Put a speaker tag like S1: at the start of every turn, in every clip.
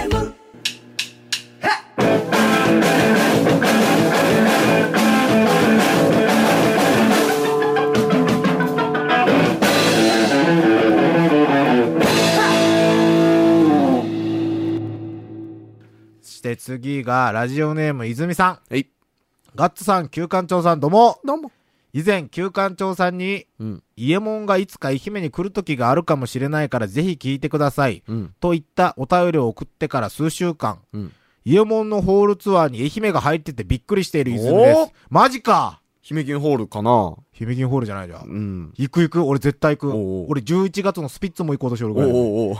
S1: J-O-E-U-F-M
S2: そして次がラジオネーム泉さん。
S3: はい。
S2: ガッツさん、旧館長さん、どうも。
S3: どうも。
S2: 以前、旧館長さんに、
S3: うん。
S2: 伊右衛門がいつか愛媛に来る時があるかもしれないからぜひ聞いてください。
S3: うん。
S2: といったお便りを送ってから数週間、
S3: うん。
S2: 伊右衛門のホールツアーに愛媛が入っててびっくりしている泉で
S3: おー
S2: す。マジか
S3: 姫金ホールかな
S2: 姫銀ホールじゃないじゃん。
S3: うん。
S2: 行く行く、俺絶対行く。
S3: おうおう
S2: 俺11月のスピッツも行こうとしてる
S3: お
S2: ぐらいだ。
S3: おおお。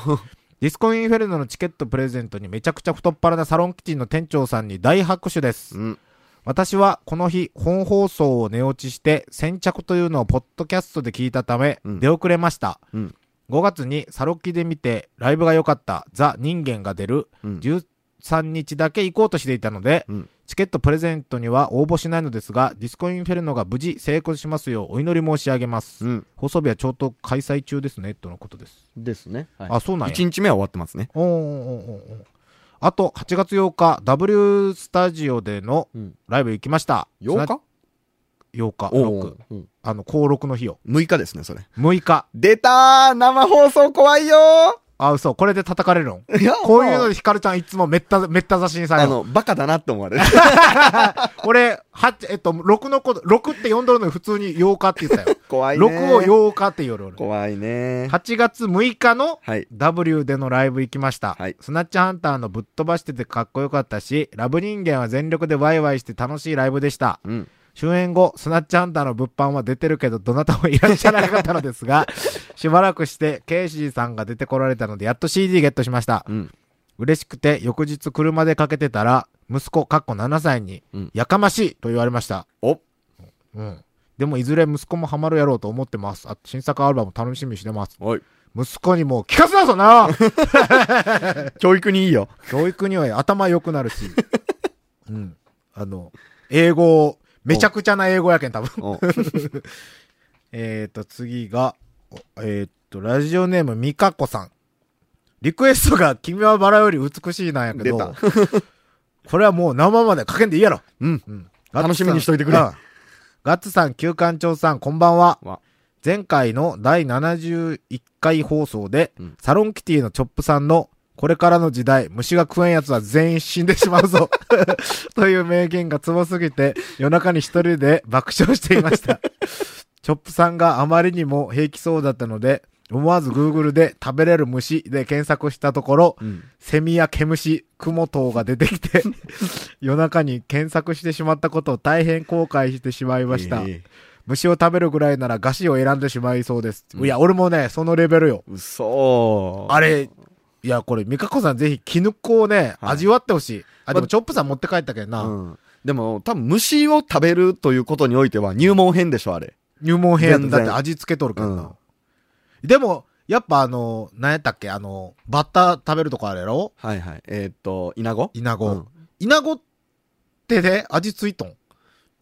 S2: ディスコインフェルノのチケットプレゼントにめちゃくちゃ太っ腹なサロンキッチンの店長さんに大拍手です。
S3: うん。
S2: 私はこの日本放送を寝落ちして先着というのをポッドキャストで聞いたため
S3: うん
S2: 出遅れました、
S3: うん
S2: 5月にサロキで見てライブが良かったザ・人間が出る
S3: うん
S2: 13日だけ行こうとしていたので、
S3: うん
S2: チケットプレゼントには応募しないのですがディスコインフェルノが無事成功しますようお祈り申し上げます、
S3: うん。
S2: 放送日はちょうど開催中ですねとのことです、
S3: ですね。はい
S2: あそうなんや
S3: 1日目は終わってますね。
S2: おーおーおーおーあと8月8日 W スタジオでの
S3: うん。
S2: ライブ行きました
S3: 8日
S2: 8日、
S3: お
S2: 6
S3: う。うん
S2: あの、高6の日よ。
S3: 6日ですね、それ。
S2: 6日。
S3: 出たー生放送怖いよ
S2: あ、嘘。これで叩かれるん。
S3: ーいや、
S2: こういうの
S3: も
S2: でヒカルちゃんいつもめった、めった刺しにさ
S3: あ
S2: れる。
S3: の、バカだなって思われる。
S2: 俺、はえっと、6のこと、6って呼んどるのに普通に8日って言 ったよ。
S3: 怖いねー。
S2: 6を8日って言うよる俺。
S3: 怖いねー。
S2: 8月6日の
S3: はい。
S2: W でのライブ行きました、
S3: はい
S2: スナッチハンターのぶっ飛ばしててかっこよかったし、ラブ人間は全力でワイワイして楽しいライブでした。
S3: うん。
S2: 終演後、スナッチハンターの物販は出てるけど、どなたもいらっしゃらなかったのですが、しばらくして、ケイシーさんが出てこられたので、やっと CD ゲットしました。
S3: うん。
S2: 嬉しくて、翌日車でかけてたら、息子、かっこ7歳に
S3: うん、
S2: やかましいと言われました。
S3: お
S2: うん。でも、いずれ息子もハマるやろうと思ってます。あ新作アルバム楽しみにしてます。
S3: おい。
S2: 息子にも、聞かせなそんな
S3: 教育にいいよ。
S2: 教育には頭良くなるし。うん。あの、英語、めちゃくちゃな英語やけん、多分。
S3: おう
S2: えーと、次が、おえーと、ラジオネームみかこさん。リクエストが君はバラより美しいなんやけ
S3: 出
S2: ど
S3: た、
S2: これはもう生までかけんでいいやろ。
S3: うん。
S2: うん。
S3: 楽しみにしといてくれ
S2: うんガッツさん、旧館長さん、こんばんは
S3: わ。
S2: 前回の第71回放送で、
S3: うん
S2: サロンキティのチョップさんの、これからの時代、虫が食えんやつは全員死んでしまうぞ。 という名言がツボすぎて、夜中に一人で爆笑していました。 チョップさんがあまりにも平気そうだったので、思わず Google で食べれる虫で検索したところ、
S3: うん。
S2: セミや毛虫、クモトウが出てきて、 夜中に検索してしまったことを大変後悔してしまいました。
S3: ええ
S2: 虫を食べるぐらいなら餓死を選んでしまいそうです。いや、俺もね、そのレベルよ。
S3: うそー。
S2: あれ、いや、これ、美香子さんぜひ、絹子をね、
S3: はい
S2: 味わってほしい。あ、でも、
S3: ま
S2: チョップさん持って帰ったけどな、
S3: うん。でも、多分虫を食べるということにおいては入門編でしょ、あれ。
S2: 入門編やん
S3: 全
S2: だ
S3: 然
S2: って味付けとるけどな。でも、やっぱあの、何やったっけ、あの、バッタ食べるとこあれやろ
S3: はいはい。えーっと、イナゴ
S2: イナ
S3: う
S2: ゴ。イナゴってね、味付いと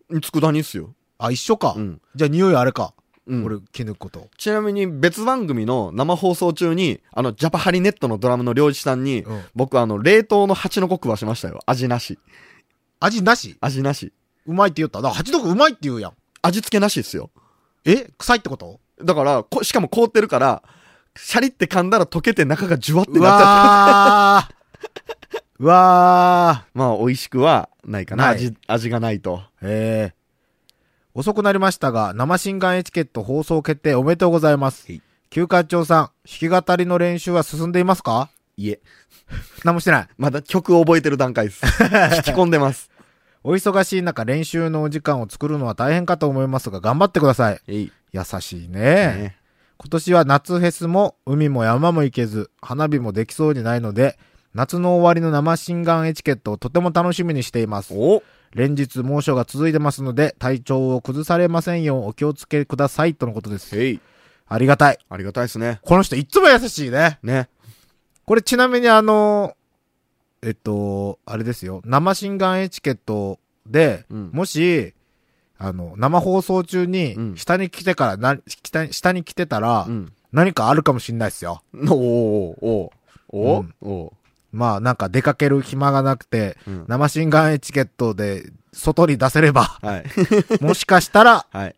S2: ん
S3: ん。佃煮っすよ。
S2: あ、一緒か。
S3: うん。
S2: じゃあ、匂いあれか。
S3: うん。
S2: 俺、絹子と。
S3: ちなみに別番組の生放送中に、あの、ジャパハリネットのドラムの良一さんに、
S2: うん
S3: 僕あの、冷凍の蜂の子食わしましたよ。味なし。
S2: 味なし
S3: 味なし。
S2: うまいって言った。だから、ハチドッグうまいって言うやん。
S3: 味付けなしですよ。
S2: え臭いってこと
S3: だから、こしかも凍ってるから、シャリって噛んだら溶けて中がジュワって
S2: う
S3: なっちゃって。
S2: わー。うわー。
S3: まあ、美味しくはないかな。
S2: ない
S3: 味、味がないと。
S2: ええ遅くなりましたが、生新眼エチケット放送決定おめでとうございます
S3: はい。
S2: 休館長さん、弾き語りの練習は進んでいますか
S3: いえ。
S2: 何もしてない。
S3: まだ曲を覚えてる段階 です。聞き込んでます。
S2: お忙しい中、練習のお時間を作るのは大変かと思いますが、頑張ってください。
S3: えい。
S2: 優しいね。
S3: ね
S2: 今年は夏フェスも海も山も行けず、花火もできそうにないので、夏の終わりの生新眼エチケットをとても楽しみにしています。
S3: お
S2: 連日猛暑が続いてますので、体調を崩されませんようお気をつけくださいとのことです。
S3: えい。
S2: ありがたい。
S3: ありがたいですね。
S2: この人いつも優しいね。
S3: ね。
S2: これちなみにあの、えっと、あれですよ。生新眼エチケットで、
S3: うん
S2: もし、あの、生放送中
S3: う
S2: に、
S3: ん
S2: 下に来てからな、下に下に来てたら、
S3: うん。
S2: 何かあるかもしんないっすよ。
S3: おおおおお
S2: うん
S3: おお
S2: まあなんか出かける暇がなくて、
S3: うん、
S2: 生心眼エチケットで外に出せれば
S3: はい。
S2: もしかしたら、
S3: はい。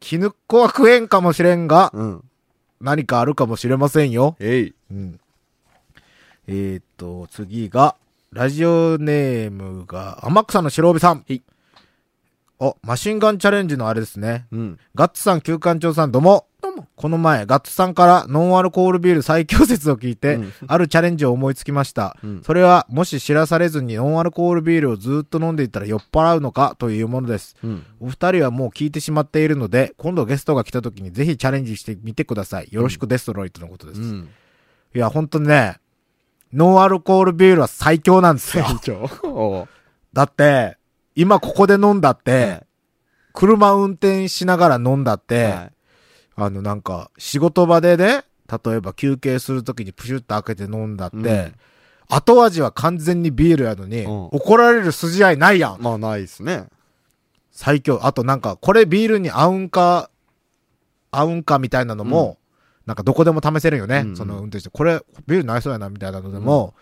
S2: 絹っこは食えんかもしれんが、
S3: うん。
S2: 何かあるかもしれませんよ。
S3: えい。
S2: うん。えーっと、次が、ラジオネームが、天草の白帯さん。
S3: はい
S2: お、マシンガンチャレンジのあれですね。
S3: うん。
S2: ガッツさん、旧館長さん、どうも。
S3: どうも
S2: この前、ガッツさんからノンアルコールビー ル最強説を聞いて、
S3: うん
S2: あるチャレンジを思いつきました。
S3: うん
S2: それは、もし知らされずにノンアルコールビールをずっと飲んでいたら酔っ払うのかというものです。
S3: うん。
S2: お二人はもう聞いてしまっているので、今度ゲストが来た時にぜひチャレンジしてみてください。よろしくデストロイとのことです。
S3: う
S2: い
S3: ん。
S2: や、ほんとね、ノンアルコールビールは最強なんですよ。
S3: 長。おお。
S2: だって、今ここで飲んだって、
S3: はい
S2: 車運転しながら飲んだって、
S3: はい
S2: あのなんか、仕事場でね、例えば休憩するときにプシュッと開けて飲んだって、
S3: うん
S2: 後味は完全にビールやのに、
S3: うん
S2: 怒られる筋合いないやん。
S3: まあ、ないですね。
S2: 最強。あとなんか、これビールに合うんか、合うんかみたいなのも、なんかどこでも試せるよね。
S3: うん
S2: その運転して、これビールに合いそうやなみたいなのでも、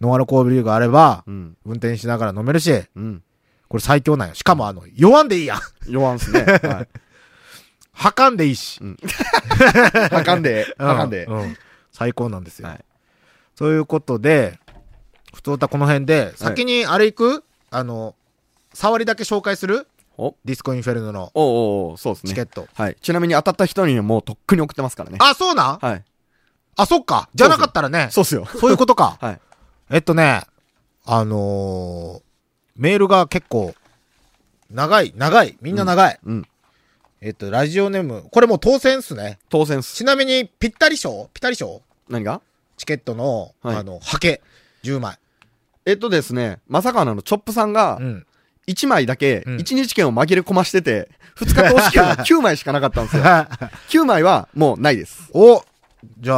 S2: ノンアルコールビールがあれば、
S3: うん。
S2: 運転しながら飲めるし、
S3: うん。
S2: これ最強なんよ。しかもあの、酔わんでいいやん。
S3: 弱んす ね。はい。
S2: はかんでいいし。
S3: あかんで。あかんで
S2: う。うん最高なんですよ。
S3: はい
S2: ということで、ふとたこの辺で、先にあれ行く、あの、触りだけ紹介する
S3: おおう
S2: ディスコインフェルノの
S3: おうおうそうですね。
S2: チケット。
S3: はい。ちなみに当たった人にはもうとっくに送ってますからね。
S2: あ、そうなん、
S3: はい。
S2: あ、そっか。じゃなかったらね。
S3: そうっす よ。
S2: そういうことか。
S3: はい。
S2: えっとね、あのーメールが結構、長い、長い、みんな長い。
S3: うん。
S2: えっと、ラジオネーム、これもう当選っすね。
S3: 当選っす。
S2: ちなみに、ぴったり賞ぴったり賞
S3: 何が
S2: チケットの、
S3: はい
S2: あの、ハケ、10枚。
S3: えっとですね、まさかのあのチョップさんが
S2: う、ん。
S3: 1枚だけ、
S2: うん
S3: 1日券を紛れ込ましてて、2日通し券が9枚し かなかったん ですよ。9枚はもうないです。
S2: おじゃ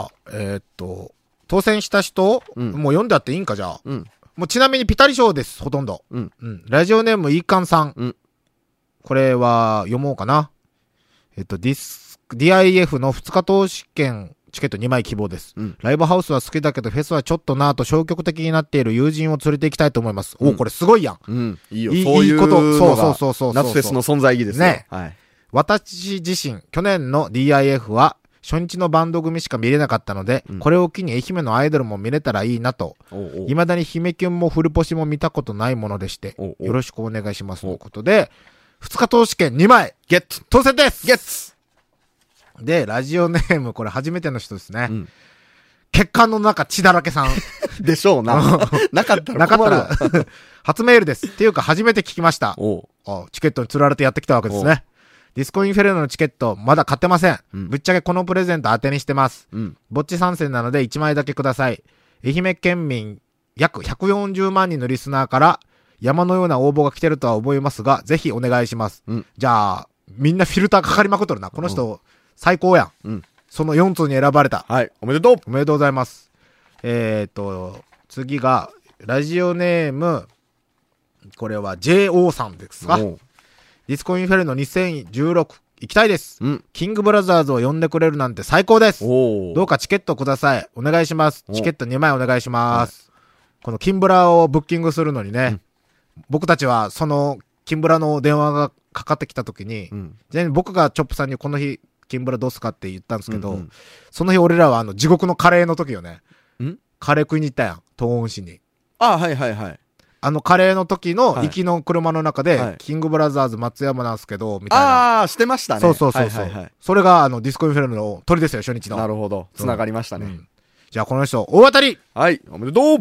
S2: あ、えーっと、当選した人、
S3: うん
S2: もう読んだっていいんか、じゃあ。
S3: うん。
S2: もうちなみにピタリ賞です、ほとんど。
S3: うん。
S2: ラジオネーム、イーカンさん。
S3: うん
S2: これは、読もうかな。えっと、ディス、DIF の2日投資券、チケット2枚希望です。
S3: うん
S2: ライブハウスは好きだけど、フェスはちょっとなぁと消極的になっている友人を連れて行きたいと思います。お
S3: う
S2: お、
S3: ん
S2: これすごいやん。
S3: うん。いいよ。
S2: いい
S3: そういうこと。
S2: いいことそうそうそうそうそう
S3: 夏フェスの存在意義ですよ
S2: ね
S3: はい。
S2: 私自身、去年の DIF は、初日のバンド組しか見れなかったので、
S3: うん
S2: これを機に愛媛のアイドルも見れたらいいなと、
S3: おうおう
S2: 未だに姫キュンもフルポシも見たことないものでして、
S3: おうおう
S2: よろしくお願いしますということで、2日投資券2枚、
S3: ゲット
S2: 当選です
S3: ゲッ
S2: で、ラジオネーム、これ初めての人ですね。
S3: うん
S2: 血管の中血だらけ さん。
S3: トでしょうな。 なかったら
S2: なか
S3: 困
S2: った
S3: る
S2: ら
S3: わ。、
S2: 初メールです。っていうか初めて聞きました。
S3: おう
S2: あチケットに釣られてやってきたわけですね。ディスコインフェルノのチケット、まだ買ってません。
S3: うん
S2: ぶっちゃけこのプレゼント当てにしてます。
S3: うん。
S2: ぼっち参戦なので1枚だけください。愛媛県民約140万人のリスナーから山のような応募が来てるとは思いますが、ぜひお願いします。
S3: うん
S2: じゃあ、みんなフィルターかかりまくっとるな。この人、最高やん。
S3: うん。
S2: その4通に選ばれた。
S3: はい。おめでとう
S2: おめでとうございます。えー、と、次が、ラジオネーム、これは JO さんですか。
S3: おう
S2: ディスコインフェルノ2016行きたいです。
S3: うん。
S2: キングブラザーズを呼んでくれるなんて最高です。
S3: おう
S2: どうかチケットください。お願いします。
S3: お
S2: チケット2枚お願いします。この金ブラをブッキングするのにね、僕たちはその金ブラの電話がかかってきた時に
S3: う、ん。
S2: 全然僕がチョップさんにこの日、金ブラどうすかって言ったんですけど、
S3: うんうん
S2: その日俺らはあの地獄のカレーの時よね
S3: ん。
S2: カレー食いに行ったやん、東温市に。
S3: あ、はいはいはい。
S2: あのカレーの時の
S3: はい
S2: 行きの車の中で、
S3: はい
S2: キングブラザーズ松山なんすけど、みたいな。
S3: ああ、してましたね。
S2: そうそうそうそう、
S3: はいはいはい
S2: それがあのディスコインフェルノの鳥ですよ、初日の。
S3: なるほど。つながりました
S2: う
S3: ね。
S2: んじゃあこの人、大当たり
S3: はい。おめでとう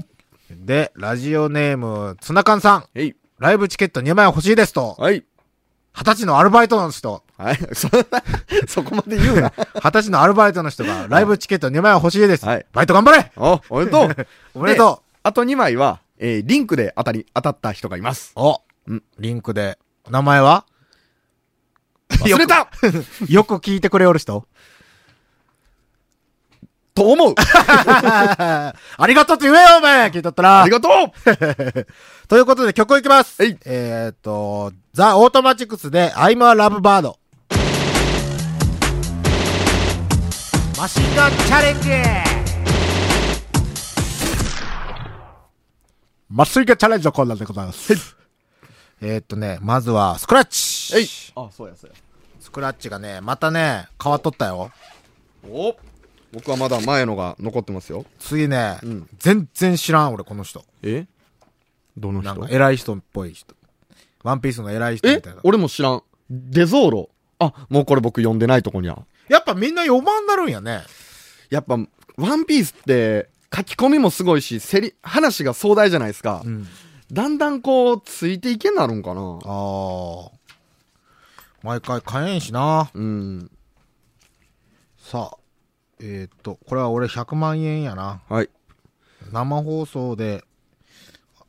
S2: で、ラジオネーム、ツナカンさん、
S3: えい。
S2: ライブチケット2枚欲しいですと、
S3: はい。
S2: 二十歳のアルバイトの人、
S3: はい。 そんな、そこま で言うな。
S2: 二十歳のアルバイトの人が、ライブチケット2枚欲しいです。
S3: はい
S2: バイト頑張れ
S3: お、おめでとう
S2: おめでとう
S3: あと2枚は、えーリンクで当たり、当たった人がいます。
S2: お、
S3: うん
S2: リンクで、名前は
S3: 忘れた
S2: よく聞いてくれおる人
S3: と思う
S2: ありがとうって言えよ、お前聞いとったら
S3: ありがと
S2: ということで曲いきます
S3: はい
S2: えーっと、ザ・オートマチックスで、I'm a Love Bird。星のチャレンジマスイカチャレンジのコーナーでございます。えーっとね、まずは、スクラッチ
S3: えいあ、そうやそうや。
S2: スクラッチがね、またね、変わっとったよ。
S3: お僕はまだ前のが残ってますよ。
S2: 次ね、
S3: ん
S2: 全然知らん、俺、この人。
S3: えどの
S2: なんか、偉い人っぽい人。ワンピースの偉い人み
S3: え
S2: たいな。
S3: 俺も知らん。デゾーロ。あ、もうこれ僕読んでないとこにゃ。
S2: やっぱみんな4番になるんやね。
S3: やっぱ、ワンピースって、書き込みもすごいし、せり、話が壮大じゃないですか。
S2: うん。
S3: だんだんこう、ついていけんなるんかな
S2: あ。ー。毎回買えんしな。
S3: うん。
S2: さあ、えーっと、これは俺100万円やな。
S3: はい。
S2: 生放送で、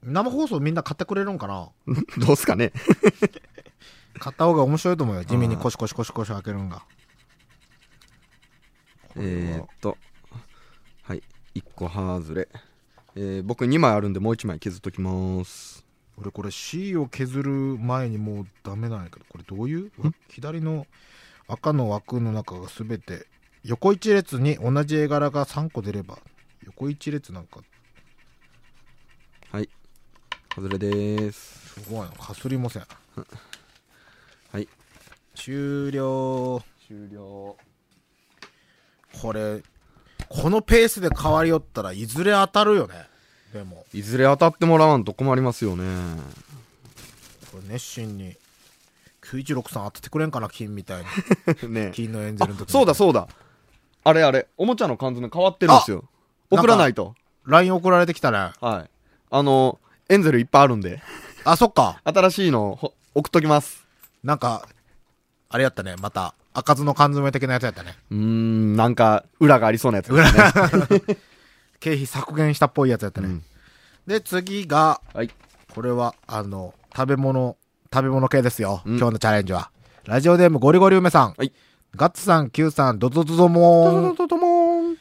S2: 生放送みんな買ってくれるんかな
S3: どうすかね。
S2: 買った方が面白いと思うよ。地味にコシコシコシコシ開けるんが。
S3: えー、っと、はい。1個外れ。えー、僕2枚あるんでもう1枚削っときます。
S2: 俺これ C を削る前にもうダメなんやけど、これどういう左の赤の枠の中が全て、横一列に同じ絵柄が3個出れば、横一列なんか、
S3: はい。外れでーす。
S2: すごいな。かすりません。
S3: はい。
S2: 終了。
S3: 終了。
S2: これ、このペースで変わりよったらいずれ当たるよね。でも、
S3: いずれ当たってもらわんと困りますよね。
S2: これ熱心に、916さん当ててくれんかな、金みたい に。
S3: ねえ
S2: 金のエンゼルの時に
S3: そうだそうだ。あれあれ、おもちゃの缶詰変わってるんですよ。
S2: あ
S3: 送らないと。
S2: LINE 送られてきたね。
S3: はい。あの、エンゼルいっぱいあるんで、
S2: あ、そっか。
S3: 新しいのほ送っときます。
S2: なんか、あれやったね。また、開かずの缶詰的なやつやったね。
S3: うーん、なんか、裏がありそうなやつ、ね。裏
S2: 経費削減したっぽいやつやったね。
S3: うん
S2: で、次が、
S3: はい。
S2: これは、あの、食べ物、食べ物系ですよ。
S3: うん
S2: 今日のチャレンジは。ラジオネームゴリゴリ梅さん。
S3: はい
S2: ガッツさん、キューさん、ドドドドモーン。
S3: とともーん。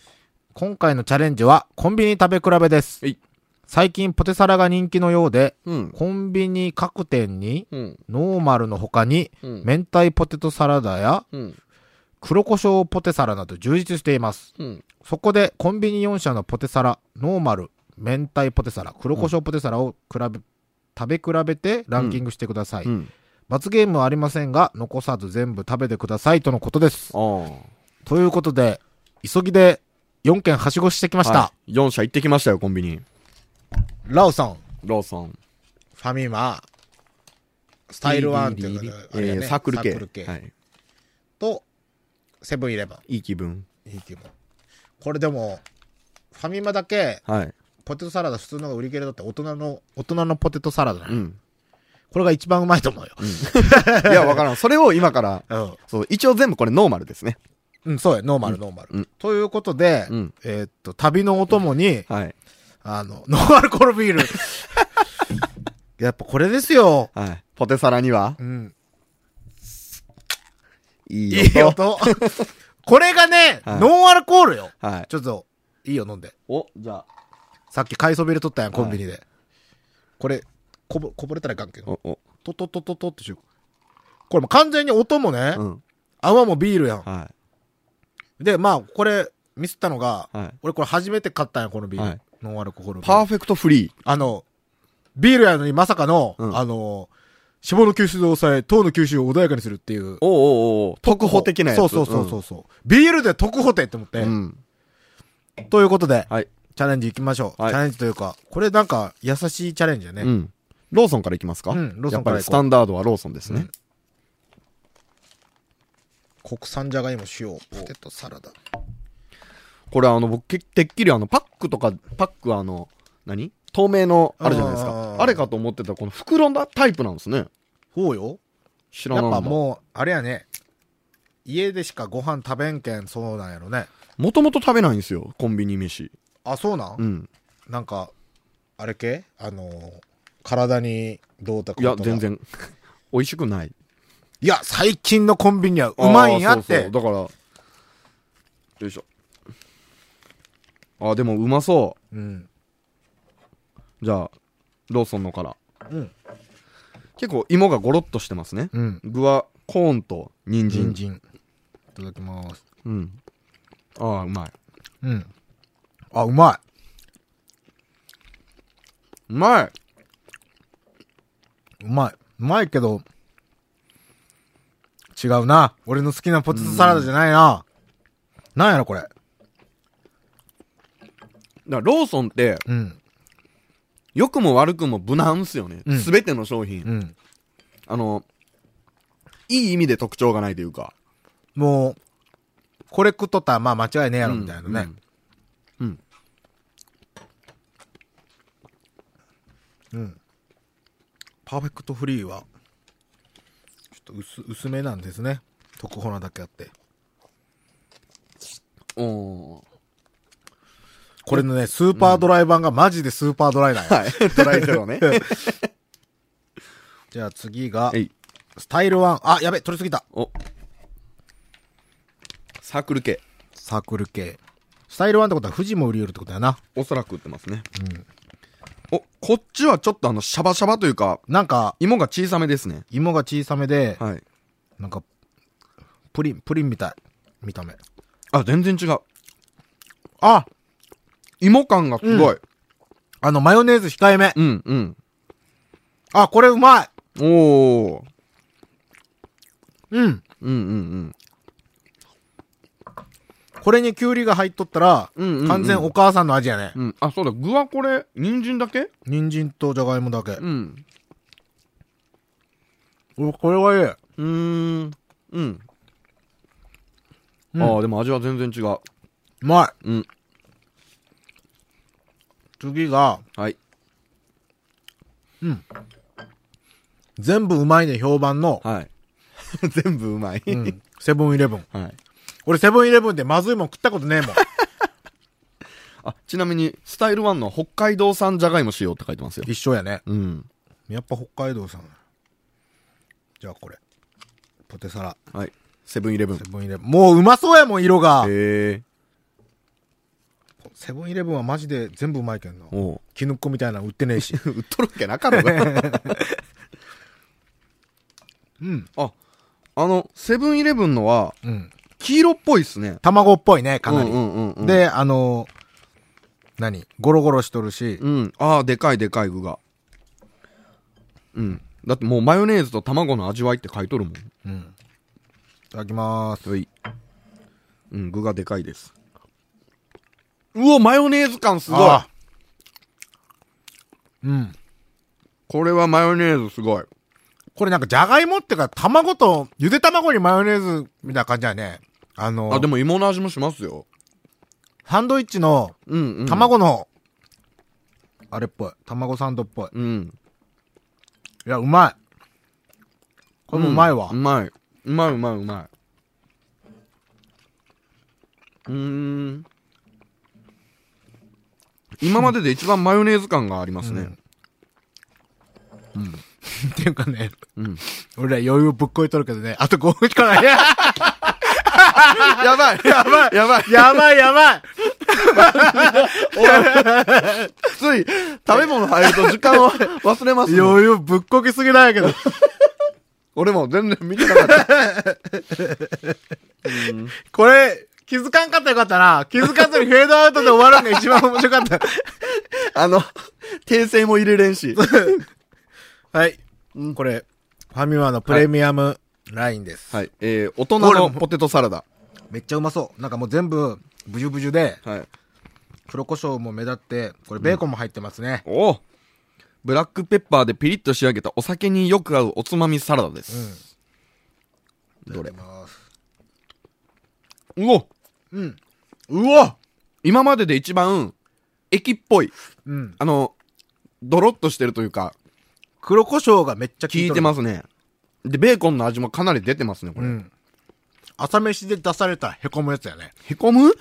S2: 今回のチャレンジはコンビニ食べ比べです
S3: はい。
S2: 最近ポテサラが人気のようで、
S3: うん。
S2: コンビニ各店に
S3: うん。
S2: ノーマルの他に、
S3: うん
S2: 明太ポテトサラダや
S3: うん。
S2: 黒胡椒ポテサラなど充実しています。
S3: うん。
S2: そこでコンビニ4社のポテサラ、ノーマル、明太ポテサラ、黒胡椒ポテサラを比べ、食べ比べてランキングしてください。
S3: うん。
S2: 罰ゲームはありませんが、残さず全部食べてくださいとのことです。
S3: ああ。
S2: ということで、急ぎで4件はしごしてきました。
S3: はい、4社行ってきましたよ、コンビニ。
S2: ラオさん。
S3: ローソン。
S2: ファミマ、スタイルワンっていう
S3: リリ
S2: の
S3: リリ
S2: あれや
S3: え
S2: ね
S3: ー、サークル系。
S2: サークル系
S3: はい。
S2: と、セブンイレブ
S3: いい気分。
S2: ン。いい気分これでも、ファミマだけ、
S3: はい。
S2: ポテトサラダ普通のが売り切れだって大人の、大人のポテトサラダね、
S3: うん。
S2: これが一番うまいと思うよ。
S3: いや、わからん。それを今から、
S2: うん。
S3: そう、一応全部これノーマルですね。
S2: うん、そうや、ノーマル、ノーマル。
S3: うん
S2: ということで、
S3: うん
S2: えーっと、旅のお供に、
S3: はい。
S2: あの、ノンアルコールビール。やっぱこれですよ。
S3: はい。ポテサラには
S2: う、ん。
S3: いい
S2: いい
S3: 音。
S2: 音。これがね、
S3: はい
S2: ノンアルコールよ。
S3: はい。
S2: ちょっと、いいよ、飲んで。
S3: お、じゃあ。
S2: さっき買いそびれとったやん、コンビニで。これ、こぼ、こぼれたらいかんけど。
S3: お、
S2: トトトトトってしよう。これもう完全に音もね
S3: お、、うん。
S2: 泡もビールやん。
S3: は
S2: で、まあ、これ、ミスったのが、
S3: い。はい。
S2: 俺これ初めて買ったんや、このビール。
S3: はい
S2: ノンアルコールビ
S3: パ
S2: ー
S3: ー
S2: ル。
S3: フェクトフリー。
S2: あの、ビールやのにまさかの、
S3: うん
S2: あの、脂肪の吸収を抑え、糖の吸収を穏やかにするっていう。
S3: おおおお特保的なやつ。
S2: そうそうそうそうそう、ビールで特保てって思って、
S3: うん。うん。
S2: ということで、
S3: はい。
S2: チャレンジ行きましょう、
S3: はい
S2: チャレンジというか、これなんか優しいチャレンジだね。
S3: うん。ローソンからいきますか
S2: うんローソンから行こ
S3: やっぱり
S2: う
S3: スタンダードはローソンですね。
S2: 国産じゃがいも塩ポテトサラダ
S3: これあの、僕、けてっきりあの、パックとか、パックあの、何透明の、あるじゃないです
S2: あ
S3: か。
S2: ー
S3: あれかと思ってた、この袋のタイプなんですね。
S2: そうよ
S3: 知ら
S2: や
S3: な
S2: っ
S3: かった
S2: ぱもうあれやね家でしかご飯食べんけんそうなんやろね
S3: もともと食べないんですよ、コンビニ飯。
S2: あそうなん、
S3: うん。
S2: なんかあれ系あのー体にどうたか
S3: い
S2: こ
S3: や、
S2: とだ
S3: 全然。 美味しくない。
S2: いや最近のコンビニはうまいんやっ
S3: あー
S2: て
S3: そうそうだから、よいしょ。あー、でもうまそ
S2: うん
S3: う。じゃあ、ローソンのから。
S2: うん
S3: 結構芋がゴロッとしてますね。
S2: うん
S3: 具はコーンと人参
S2: 人参いただきます
S3: うん。ああ、うまい。
S2: うん。あ、うま
S3: うまい
S2: い。うまい。うまいけど、違うな。俺の好きなポテトサラダじゃないな。なんやろ、これ。
S3: だからローソンって、
S2: うん。
S3: 良くも悪くも無難っすよね
S2: うん。
S3: すべ、ての商品、
S2: うん。
S3: あの、いい意味で特徴がないというか。
S2: もう、これ食っとったら、まあ間違いねえやろ、みたいなね。
S3: うん。うん。
S2: パーフェクトフリーは、ちょっと薄、薄めなんですね。特報なだけあって。
S3: おー
S2: これのね、スーパードライ版がマジでスーパードライなんや。
S3: はい。 ドライゼ ロね。
S2: じゃあ次が
S3: え、い。
S2: スタイル1。あ、やべ、取りすぎた。
S3: お。サークル系。
S2: サークル系。スタイル1ってことは富士も売り得るってことやな。
S3: おそらく売ってますね。お、こっちはちょっとあの、シャバシャバというか、
S2: なんか、
S3: 芋が小さめですね。
S2: 芋が小さめで、
S3: はい。
S2: なんか、プリン、プリンみたい。見た目。
S3: あ、全然違う。
S2: あ
S3: 芋感がすごい。
S2: あの、マヨネーズ控えめ。
S3: うん、うん。
S2: あ、これうまい
S3: おー。
S2: うん。
S3: うんうん
S2: これにキュウリが入っとったら、
S3: うんうんうん
S2: 完全お母さんの味やね。
S3: うん。うん。あ、そうだ、具はこれ、人参だけ
S2: 人参とじゃがいもだけ。
S3: うん。
S2: おこれはいい。
S3: うーん。うん。
S2: うん
S3: ああ、でも味は全然違う。
S2: うまい。
S3: うん。
S2: 次が、
S3: はい。
S2: 全部うまいで評判の、
S3: はい。 全部うまい。
S2: うん、セブンイレブン。
S3: はい。
S2: 俺セブンイレブンでまずいもん食ったことねえもん。
S3: あ、ちなみに、スタイル1の北海道産じゃがいも使用って書いてますよ。
S2: 一緒やね。
S3: うん。
S2: やっぱ北海道産。じゃあこれ。ポテサラ。
S3: はい。セブンイレブン
S2: セ。ブンイレブン。もううまそうやもん、色が。
S3: へえ。
S2: セブンイレブンはマジで全部うまいけんの。
S3: おう。
S2: 絹っこみたいなの売ってねえし。
S3: 売っとるっけなかろうが。
S2: うん。
S3: あ、あの、セブンイレブンのは、
S2: うん。
S3: 黄色っぽいっすね。
S2: 卵っぽいね、かなり。
S3: うんうんうん、うん。、
S2: で、あの何ゴロゴロしとるし、
S3: うん。ああ、でかいでかい具が。うん。だってもうマヨネーズと卵の味わいって書いとるもん。
S2: いただきまーす。
S3: はい。うん、具がでかいです。うお、マヨネーズ感すごい
S2: あうん。
S3: これはマヨネーズすごい。
S2: これなんかじゃがいもってか卵と、ゆで卵にマヨネーズみたいな感じだね。あの
S3: あ、でも芋の味もしますよ。
S2: サンドイッチの
S3: うん、うん。。
S2: 卵の、あれっぽい。卵サンドっぽい。
S3: うん。
S2: いや、うまい。これもうまいわ。
S3: うまい。うまいうまいうまい。うーん。今までで一番マヨネーズ感がありますね。
S2: っていうかね、
S3: うん。
S2: 俺ら余裕ぶっこいとるけどね、あと5分しかない。 や
S3: やばいやばいやばい
S2: ばいやばい
S3: つい、食べ物入ると時間を 忘れますもん
S2: 余裕ぶっこきすぎないけど。
S3: 俺も全然見てなかった。
S2: これ、気づかんかったらよかったな。気づかずにフェードアウトで終わるのが一番面白かった。
S3: あの、 訂正も入れれんし。
S2: はい。これ、ファミマのプレミアムラインです。
S3: はい。えー、大人のポテトサラダ。
S2: めっちゃうまそう。なんかもう全部、ブジュブジュで、
S3: はい。
S2: 黒胡椒も目立って、これベーコンも入ってますね。
S3: おおブラックペッパーでピリッと仕上げたお酒によく合うおつまみサラダです。どれ
S2: いただきます
S3: うお
S2: うん。
S3: うわ今までで一番、液っぽい。
S2: うん。
S3: あの、ドロッとしてるというか、
S2: 黒胡椒がめっちゃ効
S3: 効
S2: い
S3: い
S2: て
S3: て
S2: る
S3: ますね。で、ベーコンの味もかなり出てますね、こ
S2: う
S3: れ。
S2: ん。朝飯で出されたらへこむやつやね。
S3: へこむ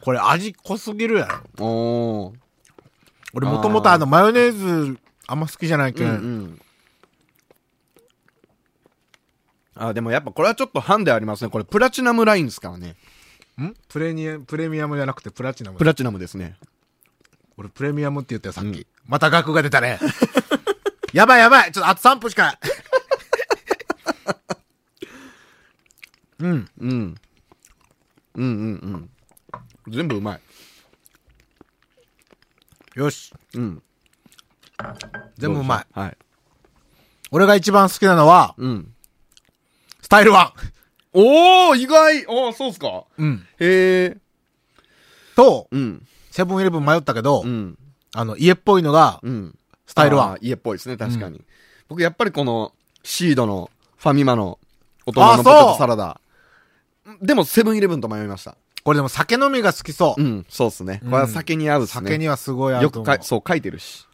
S2: これ味濃すぎるやろ。
S3: おー。
S2: 俺もともとあのマヨネーズあんま好きじゃないけ。
S3: うんんうん。あ、でもやっぱこれはちょっとハンデありますね。これプラチナムラインですからね。
S2: んプレミアプレミアムじゃなくてプラチナム
S3: プ。ラチナムですね。
S2: 俺プレミアムって言ったよさっき。
S3: うん
S2: また額が出たね。 やばいやばいちょっとあと3分しかない。うん。
S3: うん。うんうんうん。全部うまい
S2: よし。
S3: うん
S2: 全部うまい。
S3: はい
S2: 俺が一番好きなのは、
S3: うん
S2: スタイル1。
S3: おお意外ああそうっすか
S2: うん。
S3: へえ
S2: と、
S3: うん
S2: セブンイレブン迷ったけど、
S3: うん
S2: あの、家っぽいのが、
S3: うん
S2: スタイル1
S3: あー。家っぽいですね確かに、僕やっぱりこのシードのファミマの大人
S2: あー
S3: のポテ
S2: そう
S3: トサラダでもセブンイレブンと迷いました
S2: これでも酒飲みが好きそう
S3: う。んそうっすねこれは酒に合うっすね
S2: 酒にはすごい合
S3: よ
S2: うと
S3: く
S2: 思
S3: か
S2: う
S3: い。そう書いてるし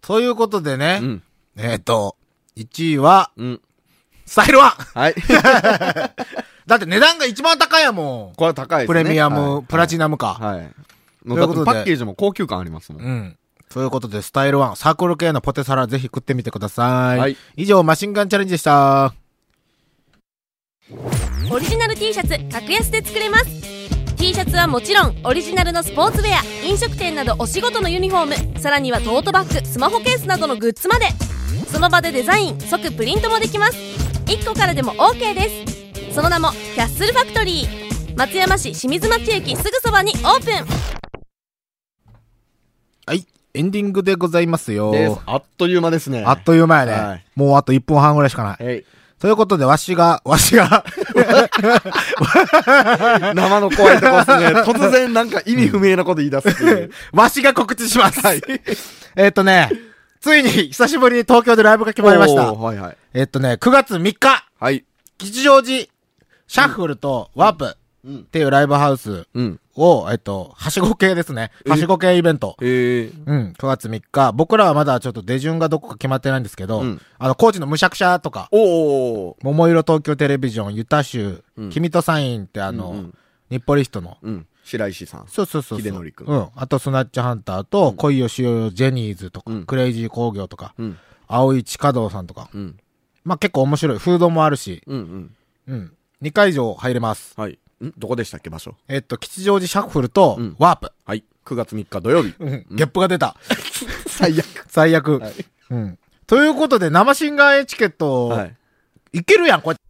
S2: ということで
S3: う
S2: ね、
S3: ん
S2: えっ、と、1位は、
S3: うん
S2: スタイル 1!
S3: はい
S2: だって値段が一番高いやもん。
S3: これは高いです
S2: プ
S3: ね
S2: レミアム、
S3: はい
S2: プラチナムか。
S3: はい。
S2: ということで
S3: だってパッケージも高級感ありますもん。
S2: うん。ということで、スタイル1、サークル系のポテサラぜひ食ってみてください。
S3: はい
S2: 以上、マシンガンチャレンジでした。
S4: オリジナル T シャツ格安で作れます T シャツはもちろんオリジナルのスポーツウェア飲食店などお仕事のユニフォームさらにはトートバッグスマホケースなどのグッズまでその場でデザイン即プリントもできます1個からでも OK ですその名もキャッスルファクトリー松山市清水町駅すぐそばにオープン
S2: はい。エンディングでございますよ。
S3: ですあっという間ですね。
S2: あっという間やね。
S3: はい
S2: もうあと1分半ぐらいしかない。
S3: はい
S2: ということで、わしが、わしが、
S3: 生の怖いとこで すね。突然なんか意味不明なこと言い出すっていう。
S2: わしが告知します。えっとね、ついに久しぶりに東京でライブが決まりました
S3: おー。はいはい。
S2: えっとね、9月3日、
S3: はい。
S2: 吉祥寺、シャッフルとワープっていうライブハウス
S3: うん。
S2: を、えっと、はしご系ですね。はしご系イベント。
S3: へえ。
S2: うん、9月3日。僕らはまだちょっと出順がどこか決まってないんですけど、
S3: うん
S2: あの、高知のむしゃくしゃとか、
S3: おお。
S2: 桃色東京テレビジョン、ユタ州、
S3: うん
S2: 君とサインってあの、
S3: うんうん
S2: 日暮里人の、
S3: うん。白石さん。
S2: そうそうそうそう。
S3: 秀則君
S2: うん。あと、スナッチハンターと、恋よしよよジェニーズとか、
S3: うん
S2: クレイジー工業とか、
S3: うん。
S2: 青い地下道さんとか。
S3: うん。
S2: まあ、結構面白い。フードもあるし、
S3: うんうん。
S2: うん。2会場入れます。
S3: はい。んどこでしたっけ場所
S2: えっと、吉祥寺シャッフルと
S3: うん、
S2: ワープ。
S3: はい。9月3日土曜日。
S2: ゲップが 出た。
S3: 最悪。
S2: 最悪。うん。ということで、生シンガーエチケット、
S3: はい
S2: い、けるやん、こうやって。